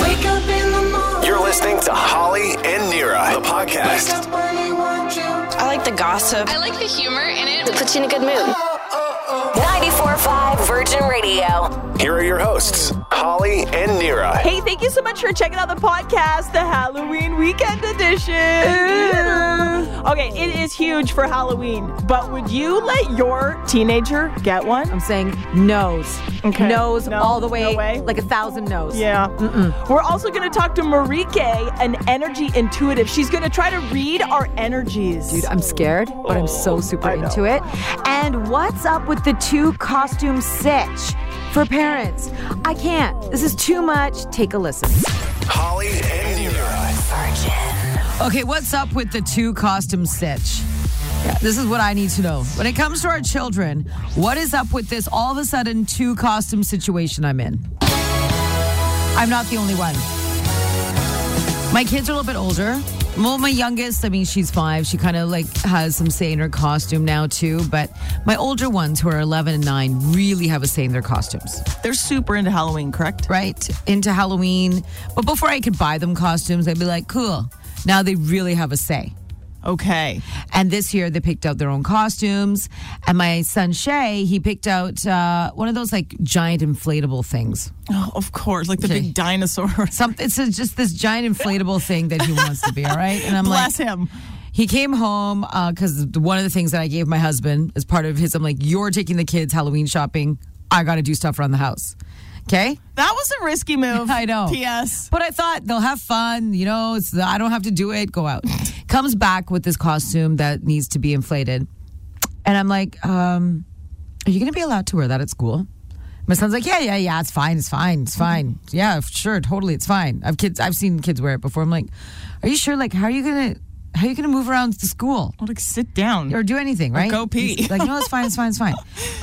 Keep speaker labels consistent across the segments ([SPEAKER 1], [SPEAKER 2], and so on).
[SPEAKER 1] Wake up in the morning.
[SPEAKER 2] You're listening to Holly and Nira, the
[SPEAKER 1] Wake
[SPEAKER 2] podcast.
[SPEAKER 1] up when you want you.
[SPEAKER 3] I like the gossip.
[SPEAKER 4] I like the humor in it.
[SPEAKER 5] puts you in a good mood.
[SPEAKER 6] 94.5 Virgin Radio.
[SPEAKER 2] Here are your hosts, Holly and Nira.
[SPEAKER 7] Hey, thank you so much for checking out the podcast, the Halloween weekend edition. Okay, it is huge for Halloween, but would you let your teenager get one?
[SPEAKER 8] I'm saying nose.
[SPEAKER 7] Okay.
[SPEAKER 8] Nose
[SPEAKER 7] No,
[SPEAKER 8] all the
[SPEAKER 7] no
[SPEAKER 8] way,
[SPEAKER 7] way.
[SPEAKER 8] like a thousand nose.
[SPEAKER 7] Yeah. We're also going to talk to Marike, an energy intuitive. She's going to try to read our energies.
[SPEAKER 8] Dude, I'm scared, but I'm so super
[SPEAKER 7] Oh, I know.
[SPEAKER 8] into it. And what's up with the two costume sitch for parents? I can't. This is too much. Take a listen.
[SPEAKER 2] Holly and Nira.
[SPEAKER 9] Okay, what's up with the two costume stitch? Yeah, this is what I need to know. When it comes to our children, what is up with this all of a sudden two costume situation I'm in? I'm not the only one. My kids are a little bit older. Well, my youngest, I mean, she's five. She kind of like has some say in her costume now, too. But my older ones, who are 11 and 9, really have a say in their costumes
[SPEAKER 7] They're super into Halloween, correct?
[SPEAKER 9] right into Halloween. But before I could buy them costumes, I'd be like, cool. Now they really have a say.
[SPEAKER 7] Okay.
[SPEAKER 9] And this year they picked out their own costumes. And my son Shay, he picked out uh, one of those like giant inflatable things.
[SPEAKER 7] Oh, of course, like the
[SPEAKER 9] Okay.
[SPEAKER 7] big dinosaur.
[SPEAKER 9] Something. It's just this giant inflatable thing that he wants to be. All right. And I'm
[SPEAKER 7] Bless
[SPEAKER 9] like,
[SPEAKER 7] him.
[SPEAKER 9] He came home because one of the things that I gave my husband as part of his, I'm like, you're taking the kids Halloween shopping. I got to do stuff around the house. Okay.
[SPEAKER 7] That was a risky move.
[SPEAKER 9] I know.
[SPEAKER 7] P.S.
[SPEAKER 9] But I thought they'll have fun. You know, it's I don't have to do it. Go out. Comes back with this costume that needs to be inflated, and I'm like, um, "Are you going to be allowed to wear that at school?" My son's like, "Yeah, yeah, yeah. It's fine. It's fine.
[SPEAKER 7] Mm-hmm.
[SPEAKER 9] It's fine. Yeah, f- sure, totally. It's fine. I've kids. I've seen kids wear it before. I'm like, Are you sure? Like, how are you gonna? How are you gonna move around to school?
[SPEAKER 7] Like, sit down.
[SPEAKER 9] or do anything, right?
[SPEAKER 7] go pee.
[SPEAKER 9] He's like, no, it's fine, it's fine, it's fine.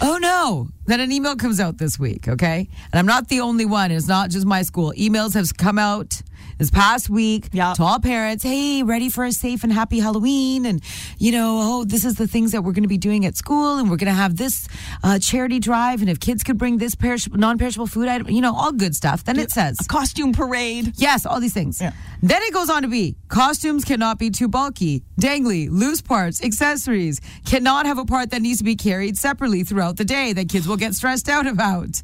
[SPEAKER 9] oh no. Then an email comes out this week, okay? And I'm not the only one. It's not just my school. Emails have come out this past week
[SPEAKER 7] Yeah.
[SPEAKER 9] to all parents. Hey, ready for a safe and happy Halloween? And you know, oh, this is the things that we're going to be doing at school, and we're going to have this uh, charity drive, and if kids could bring this perish- non-perishable food item, you know, all good stuff. Then it says
[SPEAKER 7] A costume parade.
[SPEAKER 9] Yes, all these things.
[SPEAKER 7] Yeah.
[SPEAKER 9] Then it goes on to be costumes cannot be too bulky, dangly, loose parts, accessories, cannot have a part that needs to be carried separately throughout the day that kids will get stressed out about.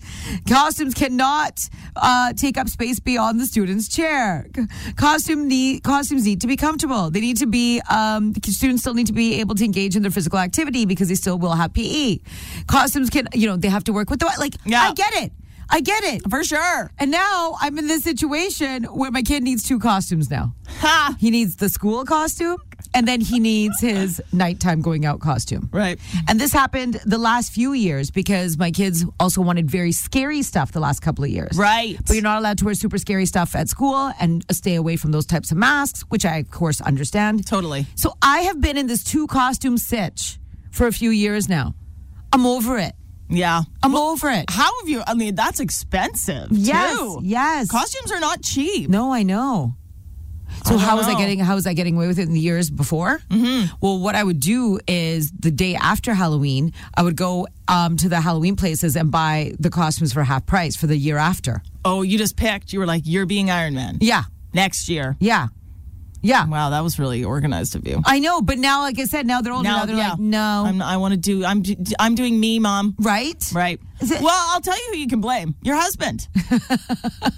[SPEAKER 9] Costumes cannot uh, take up space beyond the student's chair. C- Costume need, costumes need to be comfortable. They need to be, um, the students still need to be able to engage in their physical activity because they still will have PE. Costumes can, you know, they have to work with the, like,
[SPEAKER 7] Yeah.
[SPEAKER 9] I get it. I get it.
[SPEAKER 7] For sure.
[SPEAKER 9] And now I'm in this situation where my kid needs two costumes now.
[SPEAKER 7] Ha!
[SPEAKER 9] He needs the school costume and then he needs his nighttime going out costume.
[SPEAKER 7] Right.
[SPEAKER 9] And this happened the last few years because my kids also wanted very scary stuff the last couple of years.
[SPEAKER 7] Right.
[SPEAKER 9] But you're not allowed to wear super scary stuff at school and stay away from those types of masks, which I, of course, understand.
[SPEAKER 7] Totally.
[SPEAKER 9] So I have been in this two costume sitch for a few years now. I'm over it.
[SPEAKER 7] Yeah.
[SPEAKER 9] I'm over it.
[SPEAKER 7] How have you? I mean, that's expensive.
[SPEAKER 9] Yes,
[SPEAKER 7] too.
[SPEAKER 9] yes.
[SPEAKER 7] Costumes are not cheap.
[SPEAKER 9] No, I know. So
[SPEAKER 7] don't
[SPEAKER 9] how was I
[SPEAKER 7] know.
[SPEAKER 9] getting how was I getting away with it in the years before? Mm-hmm. Well, what I would do is the day after Halloween, I would go um, to the Halloween places and buy the costumes for half price for the year after.
[SPEAKER 7] Oh, you just picked. You were like, you're being Iron Man.
[SPEAKER 9] Yeah,
[SPEAKER 7] Next year.
[SPEAKER 9] yeah, yeah.
[SPEAKER 7] Wow, that was really organized of you.
[SPEAKER 9] I know, but now, like I said, now they're older. Now, they're
[SPEAKER 7] yeah.
[SPEAKER 9] like, no,
[SPEAKER 7] I'm, I want to do. I'm. d- I'm doing me, mom.
[SPEAKER 9] right,
[SPEAKER 7] Right.
[SPEAKER 9] Is it-
[SPEAKER 7] well, I'll tell you who you can blame. Your husband.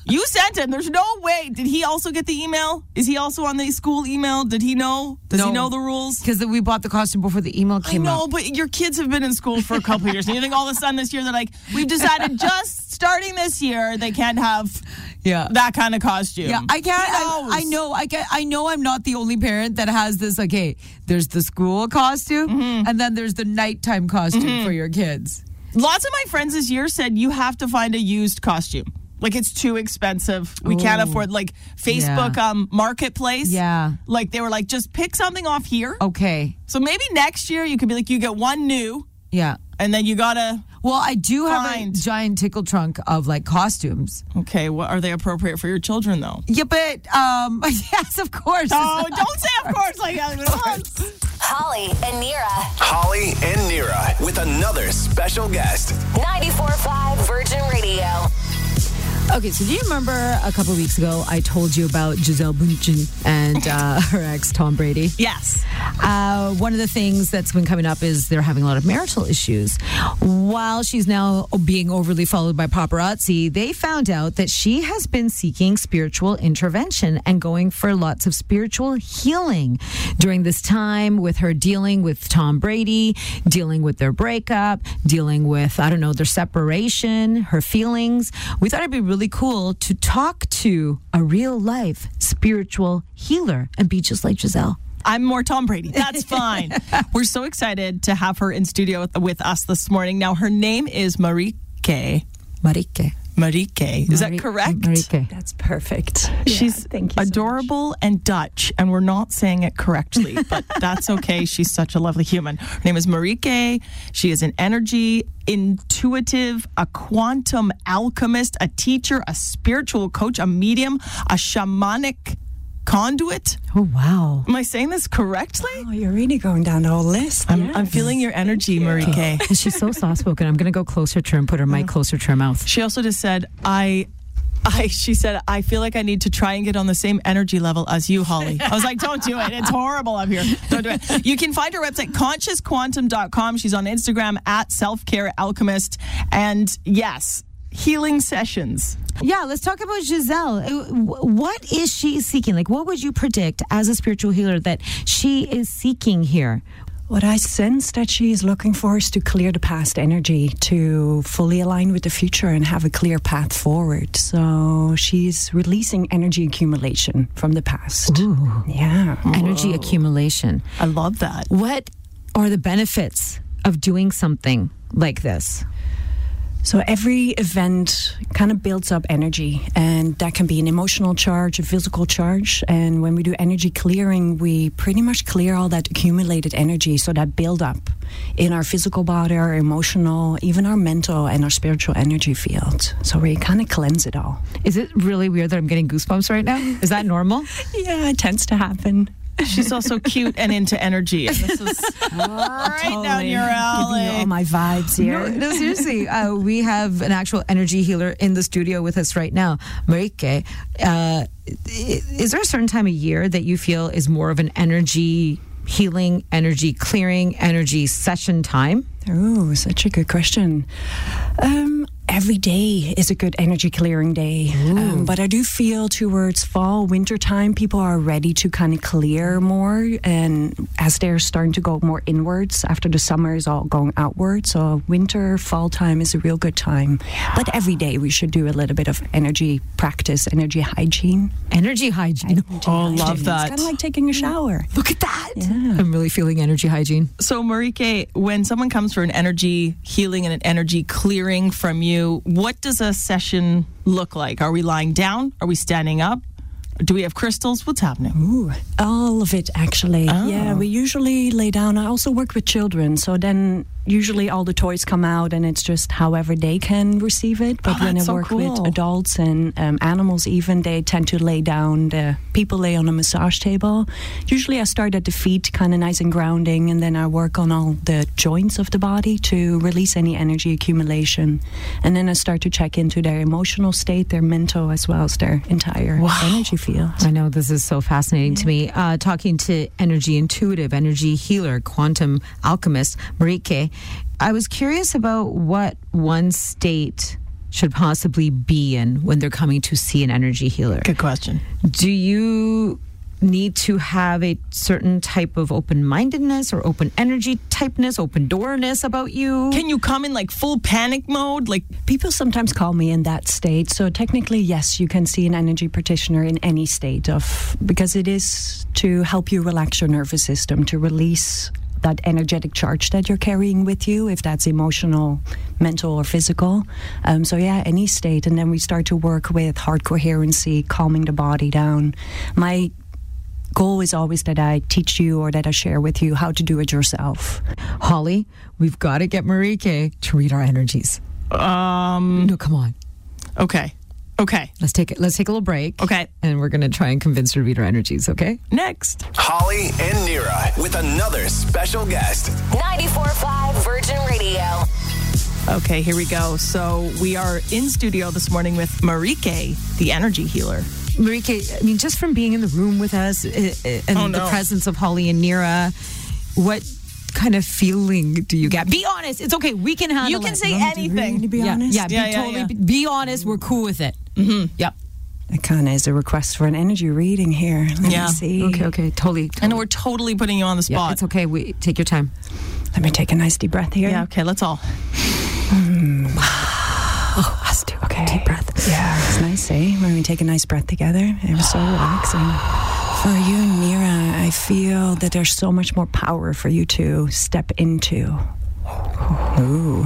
[SPEAKER 7] you sent him. There's no way. Did he also get the email? Is he also on the school email? Did he know? Does he
[SPEAKER 9] No.
[SPEAKER 7] know the rules?
[SPEAKER 9] Because we bought the costume before the email
[SPEAKER 7] I
[SPEAKER 9] came
[SPEAKER 7] know,
[SPEAKER 9] out.
[SPEAKER 7] but your kids have been in school for a couple of years, and you think all of a sudden this year they're like, we've decided just starting this year they can't have
[SPEAKER 9] Yeah.
[SPEAKER 7] that kind of costume.
[SPEAKER 9] Yeah, I can't.
[SPEAKER 7] Who
[SPEAKER 9] I,
[SPEAKER 7] knows?
[SPEAKER 9] I know. I can I know. I'm not the only parent that has this. Like, hey, there's the school costume,
[SPEAKER 7] Mm-hmm.
[SPEAKER 9] and then there's the nighttime costume for your kids.
[SPEAKER 7] Lots of my friends this year said you have to find a used costume. Like it's too expensive. We can't afford like Facebook um marketplace.
[SPEAKER 9] Yeah. Oh.
[SPEAKER 7] Like they were like, just pick something off here.
[SPEAKER 9] Okay.
[SPEAKER 7] So maybe next year you could be like, you get one new
[SPEAKER 9] Yeah.
[SPEAKER 7] and then you gotta
[SPEAKER 9] Well, I do have
[SPEAKER 7] Fine.
[SPEAKER 9] a giant tickle trunk of like costumes.
[SPEAKER 7] Okay, what are they appropriate for your children though?
[SPEAKER 9] Yeah, but um, yes, of course.
[SPEAKER 7] Oh, don't say of course like that.
[SPEAKER 6] Holly and Nira.
[SPEAKER 2] Holly and Nira with another special guest.
[SPEAKER 6] 94.5 Virgin Radio.
[SPEAKER 9] Okay, so do you remember a couple weeks ago I told you about Giselle Bundchen and uh, her ex Tom Brady?
[SPEAKER 7] Yes.
[SPEAKER 9] Uh, one of the things that's been coming up is they're having a lot of marital issues. While she's now being overly followed by paparazzi, they found out that she has been seeking spiritual intervention and going for lots of spiritual healing during this time with her dealing with Tom Brady, dealing with their breakup, dealing with, I don't know, their separation, her feelings. We thought it'd be really cool to talk to a real life spiritual healer and be just like Giselle.
[SPEAKER 7] I'm more Tom Brady. That's fine. We're so excited to have her in studio with, with us this morning. Now, her name is Marike.
[SPEAKER 9] Marike.
[SPEAKER 7] Marike. Is that
[SPEAKER 9] Mari-
[SPEAKER 7] correct?
[SPEAKER 9] Marike.
[SPEAKER 3] That's perfect.
[SPEAKER 7] She's
[SPEAKER 3] thank you so
[SPEAKER 7] adorable and Dutch, and we're not saying it correctly, but that's okay. She's such a lovely human. Her name is Marike. She is an energy intuitive, a quantum alchemist, a teacher, a spiritual coach, a medium, a shamanic conduit.
[SPEAKER 9] Oh, wow.
[SPEAKER 7] Am I saying this correctly?
[SPEAKER 3] Oh, you're really going down the whole list.
[SPEAKER 7] I'm, I'm feeling your energy, Marike.
[SPEAKER 9] And she's so soft spoken. I'm going to go closer to her and put her mic closer to her mouth.
[SPEAKER 7] She also just said, I. I, she said, I feel like I need to try and get on the same energy level as you, Holly. I was like, don't do it. It's horrible up here. Don't do it. You can find her website, consciousquantum.com. She's on Instagram at self care alchemist. And yes, healing sessions.
[SPEAKER 9] Yeah, let's talk about Giselle. Uh, wh- What is she seeking? Like, what would you predict as a spiritual healer that she is seeking here?
[SPEAKER 3] What I sense that she is looking for is to clear the past energy, to fully align with the future and have a clear path forward. So she's releasing energy accumulation from the past. Yeah.
[SPEAKER 9] Energy accumulation.
[SPEAKER 7] I love that.
[SPEAKER 9] What are the benefits of doing something like this?
[SPEAKER 3] So every event kind of builds up energy, and that can be an emotional charge, a physical charge. And when we do energy clearing, we pretty much clear all that accumulated energy, so that build up in our physical body, our emotional, even our mental and our spiritual energy field. So we kind of cleanse it all.
[SPEAKER 9] Is it really weird that I'm getting goosebumps right now? Is that normal?
[SPEAKER 3] Yeah, it tends to happen.
[SPEAKER 7] She's also cute and into energy. And this is right down your
[SPEAKER 3] Giving you
[SPEAKER 7] alley.
[SPEAKER 3] all my vibes here.
[SPEAKER 9] No, no seriously. Uh, we have an actual energy healer in the studio with us right now, Marike. Uh, i- is there a certain time of year that you feel is more of an energy healing, energy clearing, energy session time?
[SPEAKER 3] Oh, such a good question. Um, every day is a good energy clearing day. Um, but I do feel towards fall, winter time, people are ready to kind of clear more. And as they're starting to go more inwards after the summer is all going outward. So winter, fall time is a real good time. But every day we should do a little bit of energy practice, energy hygiene.
[SPEAKER 9] Energy hygiene.
[SPEAKER 7] Oh, love
[SPEAKER 3] It's
[SPEAKER 7] that.
[SPEAKER 3] kind of like taking a shower.
[SPEAKER 9] Look at that. I'm really feeling energy hygiene.
[SPEAKER 7] So, Marike, when someone comes for an energy healing and an energy clearing from you, what does a session look like? Are we lying down? Are we standing up? Do we have crystals? What's happening?
[SPEAKER 3] Ooh, all of it actually.
[SPEAKER 7] Oh.
[SPEAKER 3] Yeah, we usually lay down. I also work with children, so then usually all the toys come out, and it's just however they can receive it. But when I
[SPEAKER 7] Oh, that's so
[SPEAKER 3] work
[SPEAKER 7] cool.
[SPEAKER 3] with adults and um, animals, even they tend to lay down. The people lay on a massage table. Usually, I start at the feet, kind of nice and grounding, and then I work on all the joints of the body to release any energy accumulation, and then I start to check into their emotional state, their mental, as well as their entire energy field.
[SPEAKER 9] I know this is so fascinating to me. Uh, talking to energy intuitive, energy healer, quantum alchemist Marike, I was curious about what one state should possibly be in when they're coming to see an energy healer.
[SPEAKER 7] Good question.
[SPEAKER 9] Do you need to have a certain type of open mindedness or open energy typeness, open doorness about you?
[SPEAKER 7] Can you come in like full panic mode? Like,
[SPEAKER 3] People sometimes call me in that state. So technically, yes, you can see an energy practitioner in any state of because it is to help you relax your nervous system to release that energetic charge that you're carrying with you, if that's emotional, mental, or physical. Um, so yeah, any state, and then we start to work with heart coherency, calming the body down. My goal is always that I teach you or that I share with you how to do it yourself.
[SPEAKER 9] Holly, we've got to get Marike to read our energies. Um, no, come on.
[SPEAKER 7] okay, okay,
[SPEAKER 9] Let's take it. Let's take a little break.
[SPEAKER 7] Okay.
[SPEAKER 9] And we're gonna try and convince her to read her energies. Okay.
[SPEAKER 7] next.
[SPEAKER 2] Holly and Nira with another special guest.
[SPEAKER 6] 94.5 Virgin Radio.
[SPEAKER 7] Okay, here we go. So we are in studio this morning with Marike, the energy healer.
[SPEAKER 9] Marike, I mean, just from being in the room with us uh, uh, and
[SPEAKER 7] Oh,
[SPEAKER 9] the
[SPEAKER 7] no.
[SPEAKER 9] presence of Holly and Nira, what kind of feeling do you get? Be honest. It's okay. We can handle
[SPEAKER 7] You can
[SPEAKER 9] it.
[SPEAKER 7] say
[SPEAKER 3] Need to
[SPEAKER 7] anything.
[SPEAKER 3] be
[SPEAKER 9] yeah,
[SPEAKER 3] honest.
[SPEAKER 9] Yeah, be
[SPEAKER 7] Yeah, yeah,
[SPEAKER 9] totally.
[SPEAKER 7] yeah.
[SPEAKER 9] Be, be honest. We're cool with it. Mm-hmm. Yep.
[SPEAKER 3] It kind of is a request for an energy reading here. Let
[SPEAKER 7] Yeah.
[SPEAKER 3] me see.
[SPEAKER 9] Okay. Okay. Totally.
[SPEAKER 7] I know we're totally putting you on the
[SPEAKER 9] Yeah,
[SPEAKER 7] spot.
[SPEAKER 9] it's okay. We take your time.
[SPEAKER 3] Let me take a nice deep breath here.
[SPEAKER 7] Yeah, okay, let's all.
[SPEAKER 3] Us two. Okay. Deep breath. Yeah. It's nice, eh? When we take a nice breath together, it was so relaxing. For you, Nira, I feel that there's so much more power for you to step into. Ooh.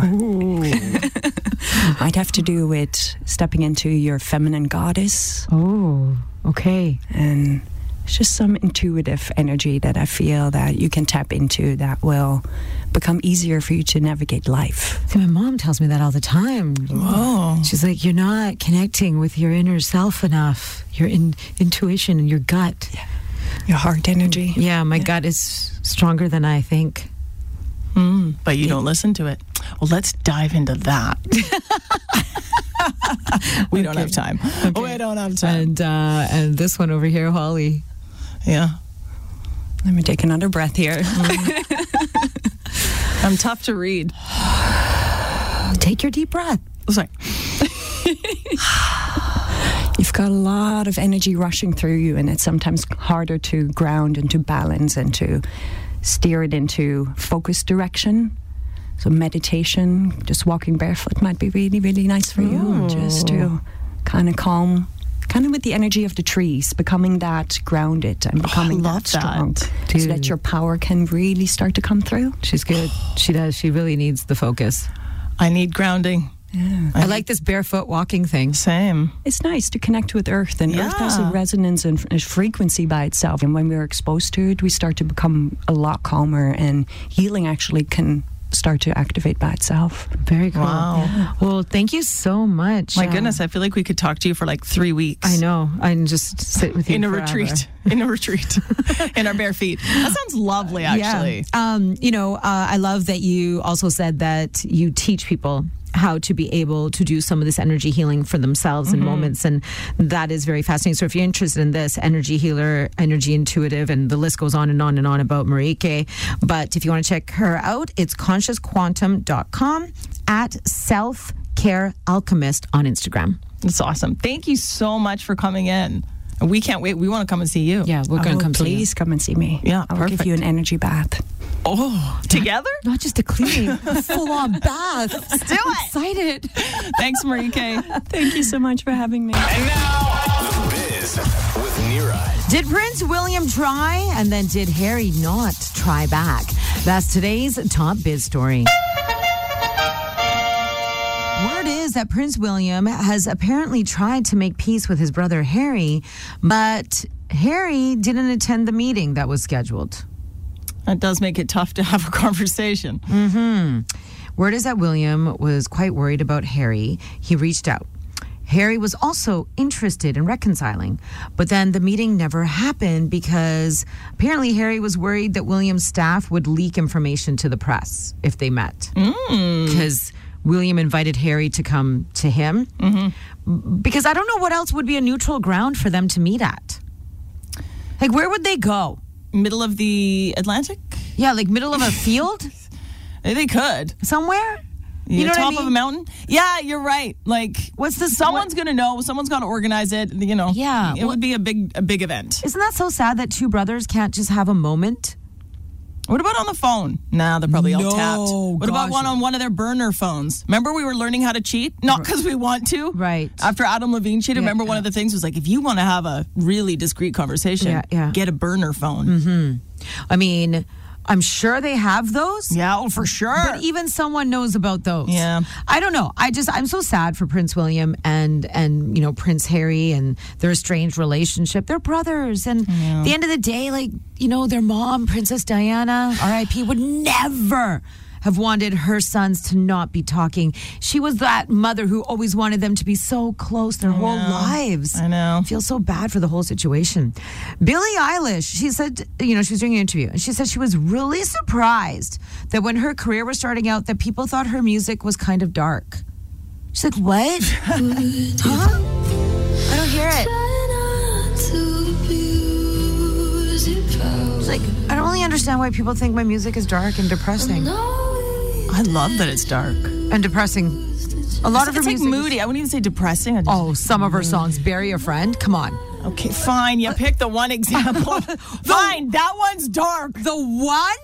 [SPEAKER 3] Might have to do with stepping into your feminine goddess
[SPEAKER 9] Oh. Okay.
[SPEAKER 3] and it's just some intuitive energy that I feel that you can tap into that will become easier for you to navigate life.
[SPEAKER 9] See, my mom tells me that all the time.
[SPEAKER 7] Oh.
[SPEAKER 9] She's like, you're not connecting with your inner self enough. Your in- intuition and your gut. Yeah.
[SPEAKER 3] Your heart energy.
[SPEAKER 9] my gut is stronger than I think.
[SPEAKER 7] But you don't listen to it. Well, let's dive into that. we don't have time. We don't have time.
[SPEAKER 9] And uh, and this one over here, Holly.
[SPEAKER 7] yeah.
[SPEAKER 3] Let me take another breath here.
[SPEAKER 7] I'm tough to read.
[SPEAKER 9] Oh, Take your deep breath.
[SPEAKER 7] Sorry.
[SPEAKER 3] You've got a lot of energy rushing through you, and it's sometimes harder to ground and to balance and to steer it into focused direction. So, meditation, just walking barefoot might be really, really nice for you, just to kind of calm, kind of with the energy of the trees, becoming that grounded and becoming
[SPEAKER 7] love
[SPEAKER 3] that strong,
[SPEAKER 7] that.
[SPEAKER 3] so
[SPEAKER 9] Dude.
[SPEAKER 3] that your power can really start to come through.
[SPEAKER 9] She's good. She does. She really needs the focus.
[SPEAKER 7] I need grounding.
[SPEAKER 9] I like this barefoot walking thing.
[SPEAKER 7] Same.
[SPEAKER 3] it's nice to connect with Earth, and Earth has a
[SPEAKER 7] Yeah.
[SPEAKER 3] resonance and f- frequency by itself. And when we're exposed to it, we start to become a lot calmer, and healing actually can start to activate by itself.
[SPEAKER 9] Very cool.
[SPEAKER 7] Wow.
[SPEAKER 9] Well, thank you so much.
[SPEAKER 7] My
[SPEAKER 9] Uh,
[SPEAKER 7] goodness, I feel like we could talk to you for like three weeks.
[SPEAKER 9] I know. I can just sit with you
[SPEAKER 7] In a
[SPEAKER 9] forever.
[SPEAKER 7] retreat. In a retreat. in our bare feet. That sounds lovely, actually.
[SPEAKER 9] Yeah. Um, you know, uh, I love that you also said that you teach people how to be able to do some of this energy healing for themselves in moments. And that is very fascinating. So if you're interested in this, energy healer, energy intuitive, and the list goes on and on and on about Marike. But if you want to check her out, it's consciousquantum.com at self care alchemist on Instagram.
[SPEAKER 7] That's awesome. Thank you so much for coming in. And we can't wait. We want to come and see you.
[SPEAKER 9] Yeah, we're going to
[SPEAKER 3] Oh,
[SPEAKER 9] come
[SPEAKER 3] please come and see me.
[SPEAKER 7] Yeah,
[SPEAKER 3] I'll give you an energy bath.
[SPEAKER 7] Oh, together?
[SPEAKER 9] Not just a clean, full on bath. Let's do
[SPEAKER 6] it.
[SPEAKER 9] Excited.
[SPEAKER 7] Thanks, Marie Kay.
[SPEAKER 3] Thank you so much for having me.
[SPEAKER 2] And now, The Biz with Nira.
[SPEAKER 9] Did Prince William try and then did Harry not try back? That's today's top biz story. Word is that Prince William has apparently tried to make peace with his brother Harry, but Harry didn't attend the meeting that was scheduled.
[SPEAKER 7] That does make it tough to have a conversation.
[SPEAKER 9] Word is that William was quite worried about Harry. He reached out. Harry was also interested in reconciling, but then the meeting never happened because apparently Harry was worried that William's staff would leak information to the press if they met. Because William invited Harry to come to him. Because I don't know what else would be a neutral ground for them to meet at. Like, where would they go?
[SPEAKER 7] Middle of the Atlantic?
[SPEAKER 9] Yeah, like middle of a field
[SPEAKER 7] They could.
[SPEAKER 9] somewhere?
[SPEAKER 7] You
[SPEAKER 9] know what I
[SPEAKER 7] top of a
[SPEAKER 9] mean?
[SPEAKER 7] mountain? Yeah, you're right. Like,
[SPEAKER 9] What's the
[SPEAKER 7] someone's going to know. Someone's going to organize it. You know,
[SPEAKER 9] Yeah,
[SPEAKER 7] it
[SPEAKER 9] well-
[SPEAKER 7] would be a big, a big event.
[SPEAKER 9] Isn't that so sad that two brothers can't just have a moment?
[SPEAKER 7] What about on the phone? Nah, they're probably all
[SPEAKER 9] No,
[SPEAKER 7] tapped. What about
[SPEAKER 9] gosh.
[SPEAKER 7] one on one of their burner phones? Remember, we were learning how to cheat, not because we want to.
[SPEAKER 9] Right.
[SPEAKER 7] After Adam Levine cheated, remember one of the things was like, if you want to have a really discreet conversation,
[SPEAKER 9] Yeah, yeah. Mm-hmm.
[SPEAKER 7] get a burner phone.
[SPEAKER 9] I mean, I'm sure they have those.
[SPEAKER 7] Yeah, oh, for sure.
[SPEAKER 9] But e- even someone knows about those.
[SPEAKER 7] Yeah.
[SPEAKER 9] I don't know. I just I'm so sad for Prince William and and you know Prince Harry and their estranged relationship. They're brothers and at the end of the day like you know their mom Princess Diana RIP would never have wanted her sons to not be talking. She was that mother who always wanted them to be so close their whole lives.
[SPEAKER 7] I know.
[SPEAKER 9] Feel so bad for the whole situation. Billie Eilish, she said, you know, she was doing an interview and she said she was really surprised that when her career was starting out that people thought her music was kind of dark. She's like, "What?"
[SPEAKER 6] I don't hear it.
[SPEAKER 9] She's like, "I don't really understand why people think my music is dark and depressing."
[SPEAKER 7] I love that it's dark.
[SPEAKER 9] and depressing. A lot of her
[SPEAKER 7] It's like
[SPEAKER 9] music. is-
[SPEAKER 7] moody. I wouldn't even say depressing. I just,
[SPEAKER 9] Oh, some of her songs, "Bury a Friend." Come on,
[SPEAKER 7] Okay, fine. You pick the one example. fine, that one's dark.
[SPEAKER 9] the one.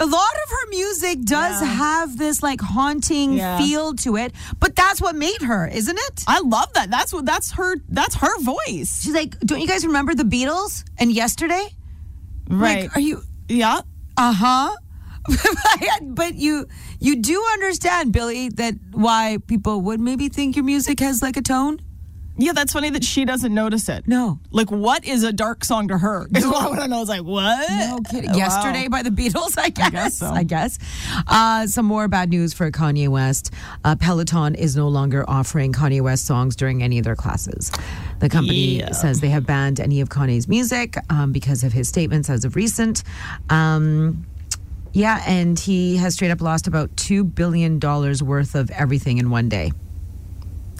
[SPEAKER 9] A lot of her music does have this like haunting
[SPEAKER 7] Yeah.
[SPEAKER 9] feel to it, but that's what made her, isn't it?
[SPEAKER 7] I love that. That's what. That's her. That's her voice.
[SPEAKER 9] She's like, "Don't you guys remember the Beatles and yesterday?"
[SPEAKER 7] Right.
[SPEAKER 9] Like, are you?
[SPEAKER 7] yeah.
[SPEAKER 9] Uh huh. but you you do understand, Billy, that why people would maybe think your music has like a tone.
[SPEAKER 7] Yeah. That's funny that she doesn't notice it.
[SPEAKER 9] No.
[SPEAKER 7] Like, what is a dark song to her? Is what I want to know. It's like what?
[SPEAKER 9] No kidding.
[SPEAKER 7] Oh, Wow.
[SPEAKER 9] Yesterday by the Beatles, I guess. I guess.
[SPEAKER 7] so.
[SPEAKER 9] Uh, some more bad news for Kanye West. Uh, Peloton is no longer offering Kanye West songs during any of their classes. The company
[SPEAKER 7] Yeah.
[SPEAKER 9] says they have banned any of Kanye's music um, because of his statements as of recent. Um, yeah, and he has straight up lost about $2 billion worth of everything in one day.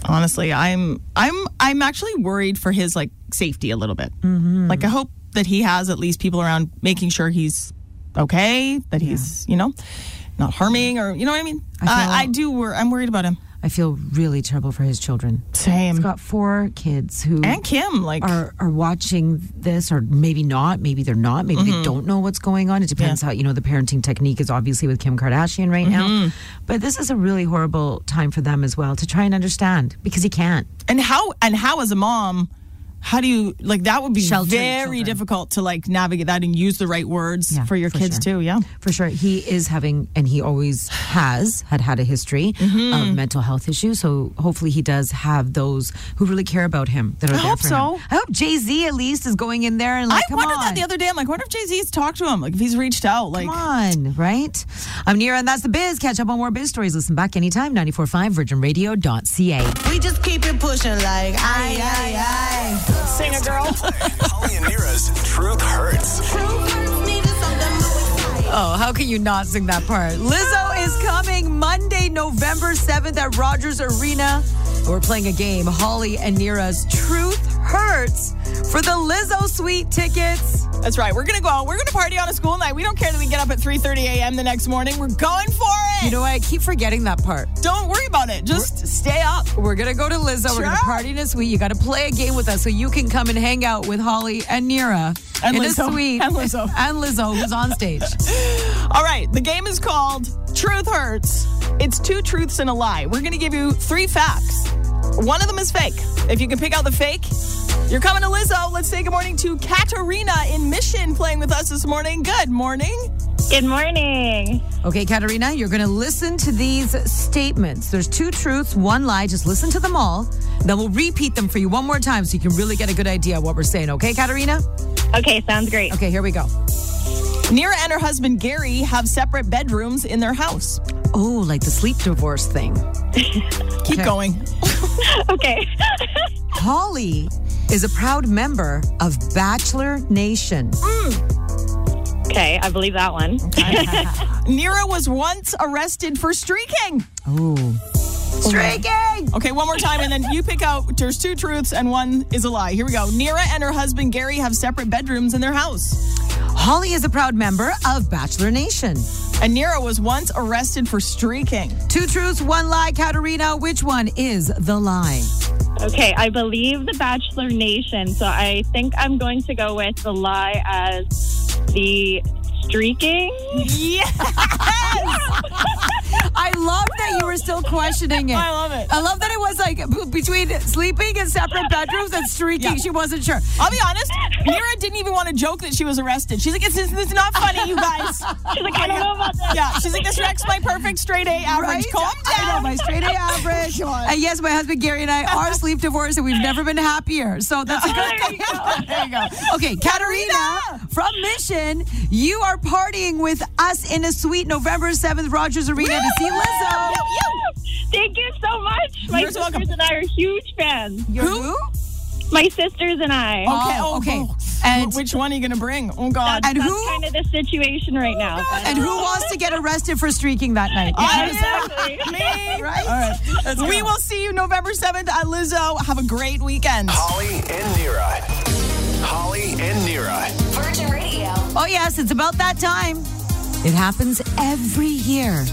[SPEAKER 7] Honestly, I'm. I'm. I'm actually worried for his like safety a little bit.
[SPEAKER 9] Mm-hmm.
[SPEAKER 7] Like, I hope that he has at least people around making sure he's okay. That he's you know not harming or you know what I mean. I,
[SPEAKER 9] feel-
[SPEAKER 7] I do. Wor- I'm worried about him.
[SPEAKER 9] I feel really terrible for his children.
[SPEAKER 7] Same.
[SPEAKER 9] Got four kids who.
[SPEAKER 7] and Kim, like.
[SPEAKER 9] are are watching this or maybe not maybe they're not maybe
[SPEAKER 7] Mm-hmm.
[SPEAKER 9] they don't know what's going on it depends how you know the parenting technique is obviously with kim kardashian right
[SPEAKER 7] Mm-hmm.
[SPEAKER 9] now but this is a really horrible time for them as well to try and understand because he can't
[SPEAKER 7] and how and how as a mom how do you like that would be
[SPEAKER 9] Sheltering
[SPEAKER 7] very
[SPEAKER 9] children.
[SPEAKER 7] difficult to like navigate that and use the right words
[SPEAKER 9] Yeah,
[SPEAKER 7] for your
[SPEAKER 9] for
[SPEAKER 7] kids
[SPEAKER 9] sure.
[SPEAKER 7] too yeah
[SPEAKER 9] for sure he is having and he always has had had a history
[SPEAKER 7] Mm-hmm.
[SPEAKER 9] of mental health issues so hopefully he does have those who really care about him that are I there
[SPEAKER 7] hope
[SPEAKER 9] for
[SPEAKER 7] so.
[SPEAKER 9] him. i hope jay-z at least is going in there and like
[SPEAKER 7] i
[SPEAKER 9] come
[SPEAKER 7] wondered
[SPEAKER 9] on
[SPEAKER 7] that the other day i'm like I wonder if jay-z's talked to him like if he's reached out like
[SPEAKER 9] Come on, right? I'm Nira, and that's the biz. Catch up on more biz stories. Listen back anytime, 945 virginradio.ca.
[SPEAKER 4] We just keep it pushing like aye, aye, aye.
[SPEAKER 7] sing a girl
[SPEAKER 2] Holly and Nira's Truth Hurts.
[SPEAKER 9] Oh, how can you not sing that part? Lizzo is coming Monday, November 7th at Rogers Arena. We're playing a game, Holly and Nira's Truth Hurts, for the Lizzo Suite tickets.
[SPEAKER 7] that's right we're gonna go out we're gonna party on a school night we don't care that we get up at 3.30 a.m the next morning we're going for it
[SPEAKER 9] You know, what? I keep forgetting that part.
[SPEAKER 7] don't worry about it just stay up
[SPEAKER 9] We're gonna go to Lizzo. We're gonna
[SPEAKER 7] Sure.
[SPEAKER 9] party in a suite. You gotta play a game with us so you can come and hang out with Holly and Nira
[SPEAKER 7] And
[SPEAKER 9] in
[SPEAKER 7] Lizzo.
[SPEAKER 9] a suite
[SPEAKER 7] And Lizzo.
[SPEAKER 9] and Lizzo, who's on stage.
[SPEAKER 7] All right, the game is called Truth Hurts. It's two truths and a lie. We're going to give you three facts. One of them is fake. If you can pick out the fake, you're coming to Lizzo. Let's say good morning to Katarina in Mission playing with us this morning. Good morning.
[SPEAKER 5] Good morning.
[SPEAKER 9] Okay, Katerina, you're gonna listen to these statements. There's two truths, one lie. Just listen to them all. Then we'll repeat them for you one more time so you can really get a good idea of what we're saying. Okay, Katerina?
[SPEAKER 5] Okay, sounds great.
[SPEAKER 9] Okay, here we go.
[SPEAKER 7] Nira and her husband Gary have separate bedrooms in their house.
[SPEAKER 9] Oh, like the sleep divorce thing.
[SPEAKER 7] Keep
[SPEAKER 9] Okay.
[SPEAKER 7] going.
[SPEAKER 5] Okay.
[SPEAKER 9] Holly is a proud member of Bachelor Nation.
[SPEAKER 5] okay, I believe that one.
[SPEAKER 7] Nira was once arrested for streaking.
[SPEAKER 9] Oh. Streaking!
[SPEAKER 7] Okay, one more time, and then you pick out there's two truths and one is a lie. Here we go. Nira and her husband Gary have separate bedrooms in their house.
[SPEAKER 9] Holly is a proud member of Bachelor Nation.
[SPEAKER 7] And Nira was once arrested for streaking.
[SPEAKER 9] Two truths, one lie, Katerina. Which one is the lie?
[SPEAKER 5] Okay, I believe the Bachelor Nation, so I think I'm going to go with the lie as the streaking.
[SPEAKER 7] Yeah.
[SPEAKER 9] I love that you were still questioning it.
[SPEAKER 7] I love it.
[SPEAKER 9] I love that it was like b- between sleeping in separate bedrooms and streaking.
[SPEAKER 7] Yeah.
[SPEAKER 9] She wasn't sure.
[SPEAKER 7] I'll be honest, Mira didn't even want to joke that she was arrested. She's like, it's, it's, it's not funny, you guys.
[SPEAKER 5] She's like, I don't know about that.
[SPEAKER 7] Yeah, she's like, this wrecks my perfect straight A average.
[SPEAKER 9] Right?
[SPEAKER 7] Calm down.
[SPEAKER 9] I know, my straight A average.
[SPEAKER 7] Come on.
[SPEAKER 9] and yes, my husband Gary and I are sleep divorced, and we've never been happier. So that's a good
[SPEAKER 5] There you go.
[SPEAKER 9] there you go. Okay, Katarina from Mission, you are partying with us in a suite November 7th, Rogers Arena to see Lizzo.
[SPEAKER 5] Thank you so much. My
[SPEAKER 7] You're so
[SPEAKER 5] sisters
[SPEAKER 7] welcome.
[SPEAKER 5] and I are huge fans.
[SPEAKER 9] Your who?
[SPEAKER 5] My sisters and I.
[SPEAKER 9] Okay,
[SPEAKER 7] oh,
[SPEAKER 9] okay.
[SPEAKER 7] oh.
[SPEAKER 9] And,
[SPEAKER 7] Which one are you going to bring? Oh, God.
[SPEAKER 9] and
[SPEAKER 5] That's
[SPEAKER 9] who?
[SPEAKER 5] kind of the situation right now.
[SPEAKER 9] And who wants to get arrested for streaking that night?
[SPEAKER 7] I am. Me.
[SPEAKER 9] Right?
[SPEAKER 7] All right. We will see you November 7th at Lizzo. Have a great weekend.
[SPEAKER 2] Holly and Nira. Holly and Nira.
[SPEAKER 6] Virgin Radio.
[SPEAKER 9] Oh, yes, it's about that time. It happens every year.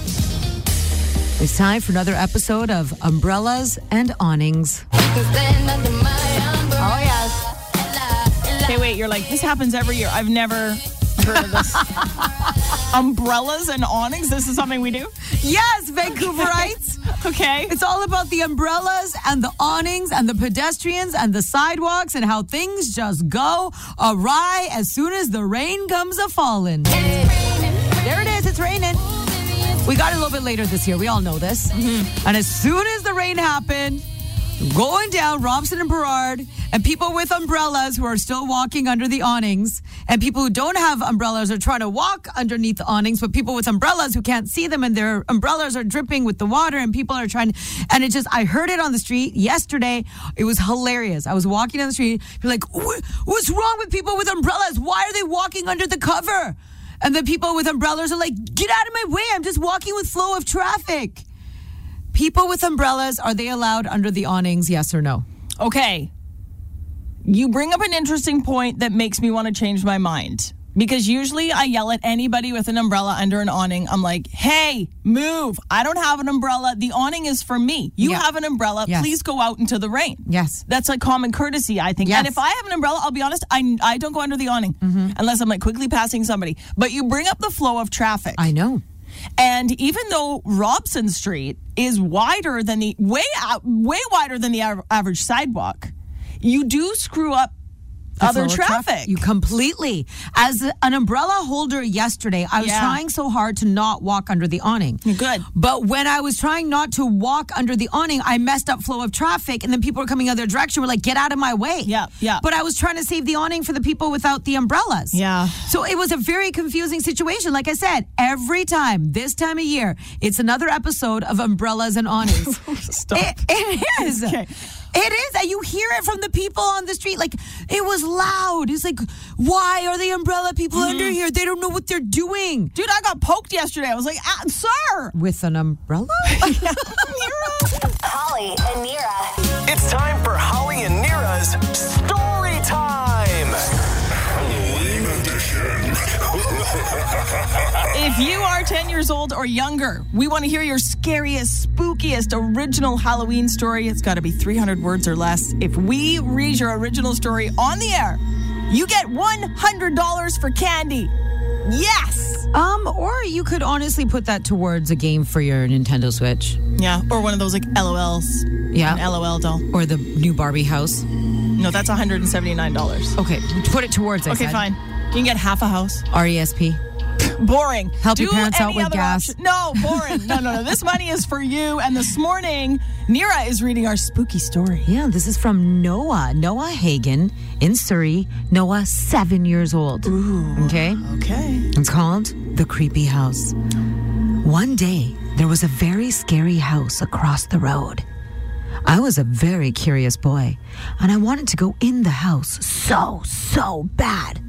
[SPEAKER 9] It's time for another episode of Umbrellas and Awnings. Oh, yes.
[SPEAKER 7] Okay, wait, you're like, this happens every year. I've never heard of this. Umbrellas and awnings? This is something we do?
[SPEAKER 9] Yes, Vancouverites.
[SPEAKER 7] Okay.
[SPEAKER 9] It's all about the umbrellas and the awnings and the pedestrians and the sidewalks and how things just go awry as soon as the rain comes a falling. There it is, it's raining. We got it a little bit later this year. We all know this. And as soon as the rain happened, going down Robson and Berard, and people with umbrellas who are still walking under the awnings, and people who don't have umbrellas are trying to walk underneath the awnings, but people with umbrellas who can't see them and their umbrellas are dripping with the water, and people are trying. And it just, I heard it on the street yesterday. It was hilarious. I was walking down the street, you're like, "Wha- what's wrong with people with umbrellas? Why are they walking under the cover? And the people with umbrellas are like, get out of my way. I'm just walking with flow of traffic. People with umbrellas, are they allowed under the awnings? Yes or no?
[SPEAKER 7] Okay. You bring up an interesting point that makes me want to change my mind. Because usually I yell at anybody with an umbrella under an awning. I'm like, hey, move. I don't have an umbrella. The awning is for me. You
[SPEAKER 9] Yeah.
[SPEAKER 7] have an umbrella.
[SPEAKER 9] Yes.
[SPEAKER 7] Please go out into the rain.
[SPEAKER 9] Yes.
[SPEAKER 7] That's like common courtesy, I think.
[SPEAKER 9] Yes. Mm-hmm.
[SPEAKER 7] And if I have an umbrella, I'll be honest, I, I don't go under the awning unless I'm like quickly passing somebody. But you bring up the flow of traffic.
[SPEAKER 9] I know.
[SPEAKER 7] And even though Robson Street is wider than the way out, way wider than the av- average sidewalk, you do screw up other
[SPEAKER 9] flow of traf-
[SPEAKER 7] traffic.
[SPEAKER 9] You completely. As an umbrella holder yesterday, I was
[SPEAKER 7] Yeah.
[SPEAKER 9] trying so hard to not walk under the awning.
[SPEAKER 7] good.
[SPEAKER 9] But when I was trying not to walk under the awning, I messed up flow of traffic, and then people were coming other direction. We're like, get out of my way.
[SPEAKER 7] Yeah, yeah.
[SPEAKER 9] But I was trying to save the awning for the people without the umbrellas.
[SPEAKER 7] Yeah.
[SPEAKER 9] So it was a very confusing situation. Like I said, every time this time of year, it's another episode of umbrellas and awnings.
[SPEAKER 7] Oh, Stop.
[SPEAKER 9] It, it is.
[SPEAKER 7] Okay.
[SPEAKER 9] It is. And you hear it from the people on the street. Like, it was loud. It's like, why are the umbrella people under here? They don't know what they're doing.
[SPEAKER 7] Mm. Dude, I got poked yesterday. I was like, ah, sir.
[SPEAKER 9] With an umbrella?
[SPEAKER 6] Holly and Nira.
[SPEAKER 2] It's time for Holly and Nira's story time.
[SPEAKER 7] If you are 10 years old or younger, we want to hear your scariest, spookiest, original Halloween story. It's got to be 300 words or less. If we read your original story on the air, you get $100 for candy. Yes.
[SPEAKER 9] um, or you could honestly put that towards a game for your Nintendo Switch.
[SPEAKER 7] Yeah, or one of those like LOLs.
[SPEAKER 9] Yeah.
[SPEAKER 7] An LOL doll.
[SPEAKER 9] Or the new Barbie house.
[SPEAKER 7] No, that's $179.
[SPEAKER 9] Okay, put it E towards I
[SPEAKER 7] Okay,
[SPEAKER 9] said.
[SPEAKER 7] fine. You can get half a house.
[SPEAKER 9] RESP.
[SPEAKER 7] Boring.
[SPEAKER 9] Help your
[SPEAKER 7] Do
[SPEAKER 9] parents out
[SPEAKER 7] any
[SPEAKER 9] with
[SPEAKER 7] other
[SPEAKER 9] gas.
[SPEAKER 7] option- No, boring. no, no, no. This money is for you. And this morning, Nira is reading our spooky story.
[SPEAKER 9] Yeah, this is from Noah. Noah Hagen in Surrey. Noah, seven years old. Okay.
[SPEAKER 7] Okay.
[SPEAKER 9] It's called The Creepy House. One day, there was a very scary house across the road. I was a very curious boy, and I wanted to go in the house so, so bad.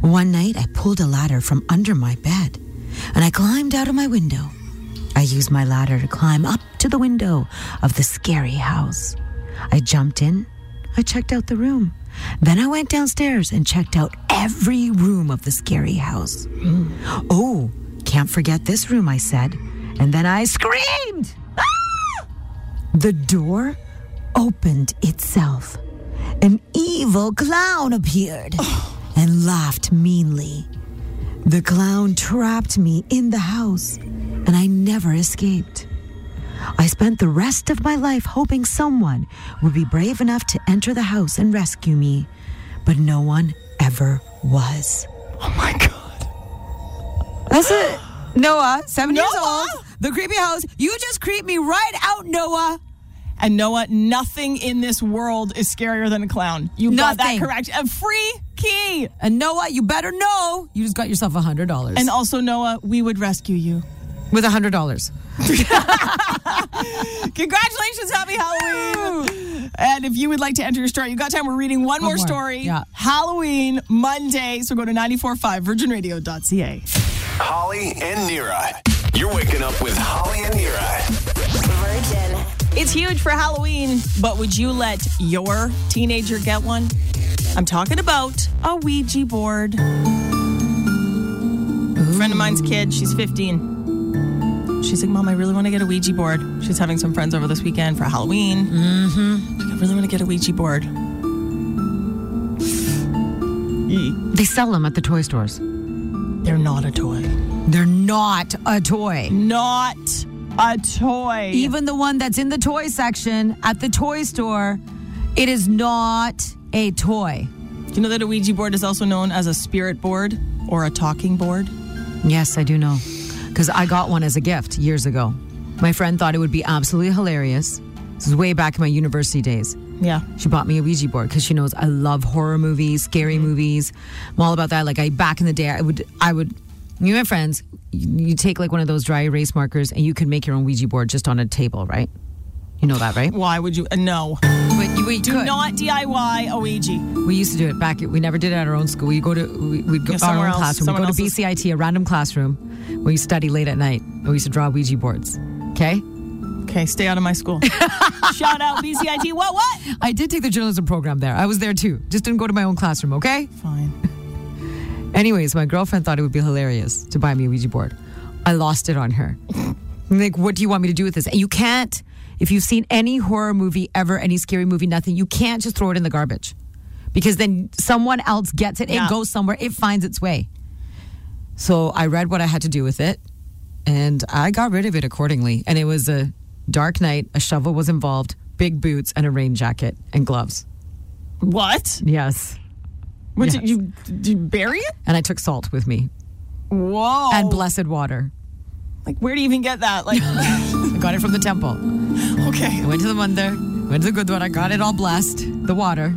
[SPEAKER 9] One night, I pulled a ladder from under my bed, and I climbed out of my window. I used my ladder to climb up to the window of the scary house. I jumped in. I checked out the room. Then I went downstairs and checked out every room of the scary house. Oh, can't forget this room, I said. And then I screamed. Ah! The door opened itself. An evil clown appeared and laughed meanly. The clown trapped me in the house and I never escaped. I spent the rest of my life hoping someone would be brave enough to enter the house and rescue me, but no one ever was.
[SPEAKER 7] Oh my God.
[SPEAKER 9] That's it. Noah, seven years
[SPEAKER 7] Noah?
[SPEAKER 9] old, the creepy house. You just creep me right out, Noah.
[SPEAKER 7] And Noah, nothing in this world is scarier than a clown. You got that
[SPEAKER 9] Nothing.
[SPEAKER 7] correct. A free key.
[SPEAKER 9] And Noah, you better know you just got yourself a hundred dollars.
[SPEAKER 7] And also, Noah, we would rescue you.
[SPEAKER 9] with a hundred dollars.
[SPEAKER 7] Congratulations, happy Halloween. And if you would like to enter your story, you got time. We're reading one, more,
[SPEAKER 9] more,
[SPEAKER 7] story.
[SPEAKER 9] yeah.
[SPEAKER 7] Halloween Monday. So go to 945virginradio.ca.
[SPEAKER 2] Holly and Nira. You're waking up with Holly and Nira.
[SPEAKER 6] Virgin.
[SPEAKER 7] It's huge for Halloween, but would you let your teenager get one? I'm talking about a Ouija board. A friend of mine's kid, she's 15. She's like, Mom, I really want to get a Ouija board. She's having some friends over this weekend for Halloween. Mm-hmm. I really want to get a Ouija board.
[SPEAKER 9] They sell them at the toy stores.
[SPEAKER 7] They're not a toy.
[SPEAKER 9] They're not a toy.
[SPEAKER 7] Not a toy.
[SPEAKER 9] Even the one that's in the toy section at the toy store, it is not a toy.
[SPEAKER 7] you know that a Ouija board is also known as a spirit board or a talking board?
[SPEAKER 9] Yes, I do know. Because I got one as a gift years ago. My friend thought it would be absolutely hilarious. This is way back in my university days.
[SPEAKER 7] Yeah.
[SPEAKER 9] She bought me a Ouija board because she knows I love horror movies, scary movies. I'm all about that. Like I back in the day, I would, I would, me and my friends, you, you take like one of those dry erase markers and you can make your own Ouija board just on a table, right? You know that, right?
[SPEAKER 7] Why would you? Uh, no.
[SPEAKER 9] But you, we do
[SPEAKER 7] Not DIY a Ouija.
[SPEAKER 9] We used to do it back. We never did it at our own school. We go to we, we'd go
[SPEAKER 7] Yeah,
[SPEAKER 9] our
[SPEAKER 7] somewhere
[SPEAKER 9] own
[SPEAKER 7] else,
[SPEAKER 9] classroom. We
[SPEAKER 7] someone
[SPEAKER 9] go to
[SPEAKER 7] else's.
[SPEAKER 9] BCIT, a random classroom. where you study late at night. And we used to draw Ouija boards. Okay.
[SPEAKER 7] Okay, stay out of my school. Shout out BCIT. What? What?
[SPEAKER 9] I did take the journalism program there. I was there too. Just didn't go to my own classroom. Okay.
[SPEAKER 7] Fine.
[SPEAKER 9] Anyways, my girlfriend thought it would be hilarious to buy me a Ouija board. I lost it on her. I'm like, what do you want me to do with this? And you can't, if you've seen any horror movie ever, any scary movie, nothing, you can't just throw it in the garbage because then someone else gets it.
[SPEAKER 7] Yeah.
[SPEAKER 9] It goes somewhere, it finds its way. So I read what I had to do with it and I got rid of it accordingly. And it was a dark night, a shovel was involved, big boots, and a rain jacket and gloves.
[SPEAKER 7] What?
[SPEAKER 9] Yes.
[SPEAKER 7] What
[SPEAKER 9] Yes.
[SPEAKER 7] did you, did you bury it?
[SPEAKER 9] And I took salt with me
[SPEAKER 7] Whoa.
[SPEAKER 9] and blessed water.
[SPEAKER 7] like, where do you even get that? Like,
[SPEAKER 9] I got it from the temple.
[SPEAKER 7] okay.
[SPEAKER 9] I went to the mandir, went to the gurdwara, got it all blessed, the water.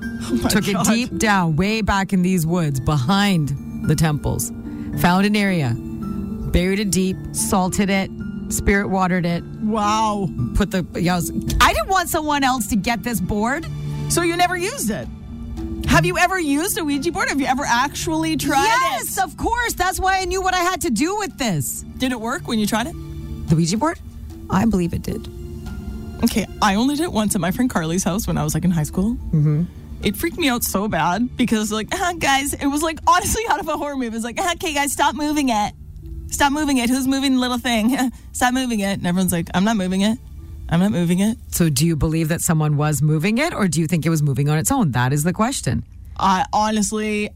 [SPEAKER 9] took
[SPEAKER 7] God.
[SPEAKER 9] it deep down, way back in these woods, behind the temples. Found an area, buried it deep, salted it, spirit watered it,
[SPEAKER 7] Wow.
[SPEAKER 9] put the. Yeah, I, was- I didn't want someone else to get this board.
[SPEAKER 7] So you never used it? Have you ever used a Ouija board? Have you ever actually tried
[SPEAKER 9] yes, of course. That's why I knew what I had to do with this.
[SPEAKER 7] it? Did it work when you tried it?
[SPEAKER 9] The Ouija board? I believe it did.
[SPEAKER 7] Okay, I only did it once at my friend Carly's house when I was like in high school. Mm-hmm. It freaked me out so bad because like, ah, guys, it was like honestly out of a horror movie. It was like, "Ah, okay, guys, stop moving it, stop moving it. Who's moving the little thing? stop moving it. And everyone's like, I'm not moving it. I'm not moving it.
[SPEAKER 9] So, do you believe that someone was moving it, or do you think it was moving on its own? That is the question.
[SPEAKER 7] I honestly,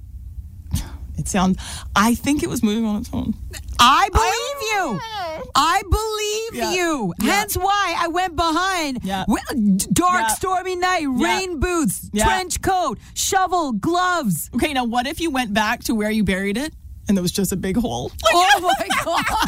[SPEAKER 7] it sounds. I think it was moving on its own.
[SPEAKER 9] I believe you. I believe
[SPEAKER 7] Yeah.
[SPEAKER 9] you.
[SPEAKER 7] Yeah.
[SPEAKER 9] Hence why I went behind.
[SPEAKER 7] Yeah.
[SPEAKER 9] Well, d- Dark,
[SPEAKER 7] Yeah.
[SPEAKER 9] stormy night, rain boots,
[SPEAKER 7] Yeah.
[SPEAKER 9] trench coat, shovel, gloves.
[SPEAKER 7] Okay, now what if you went back to where you buried it and there was just a big hole? Like,
[SPEAKER 9] Oh my God.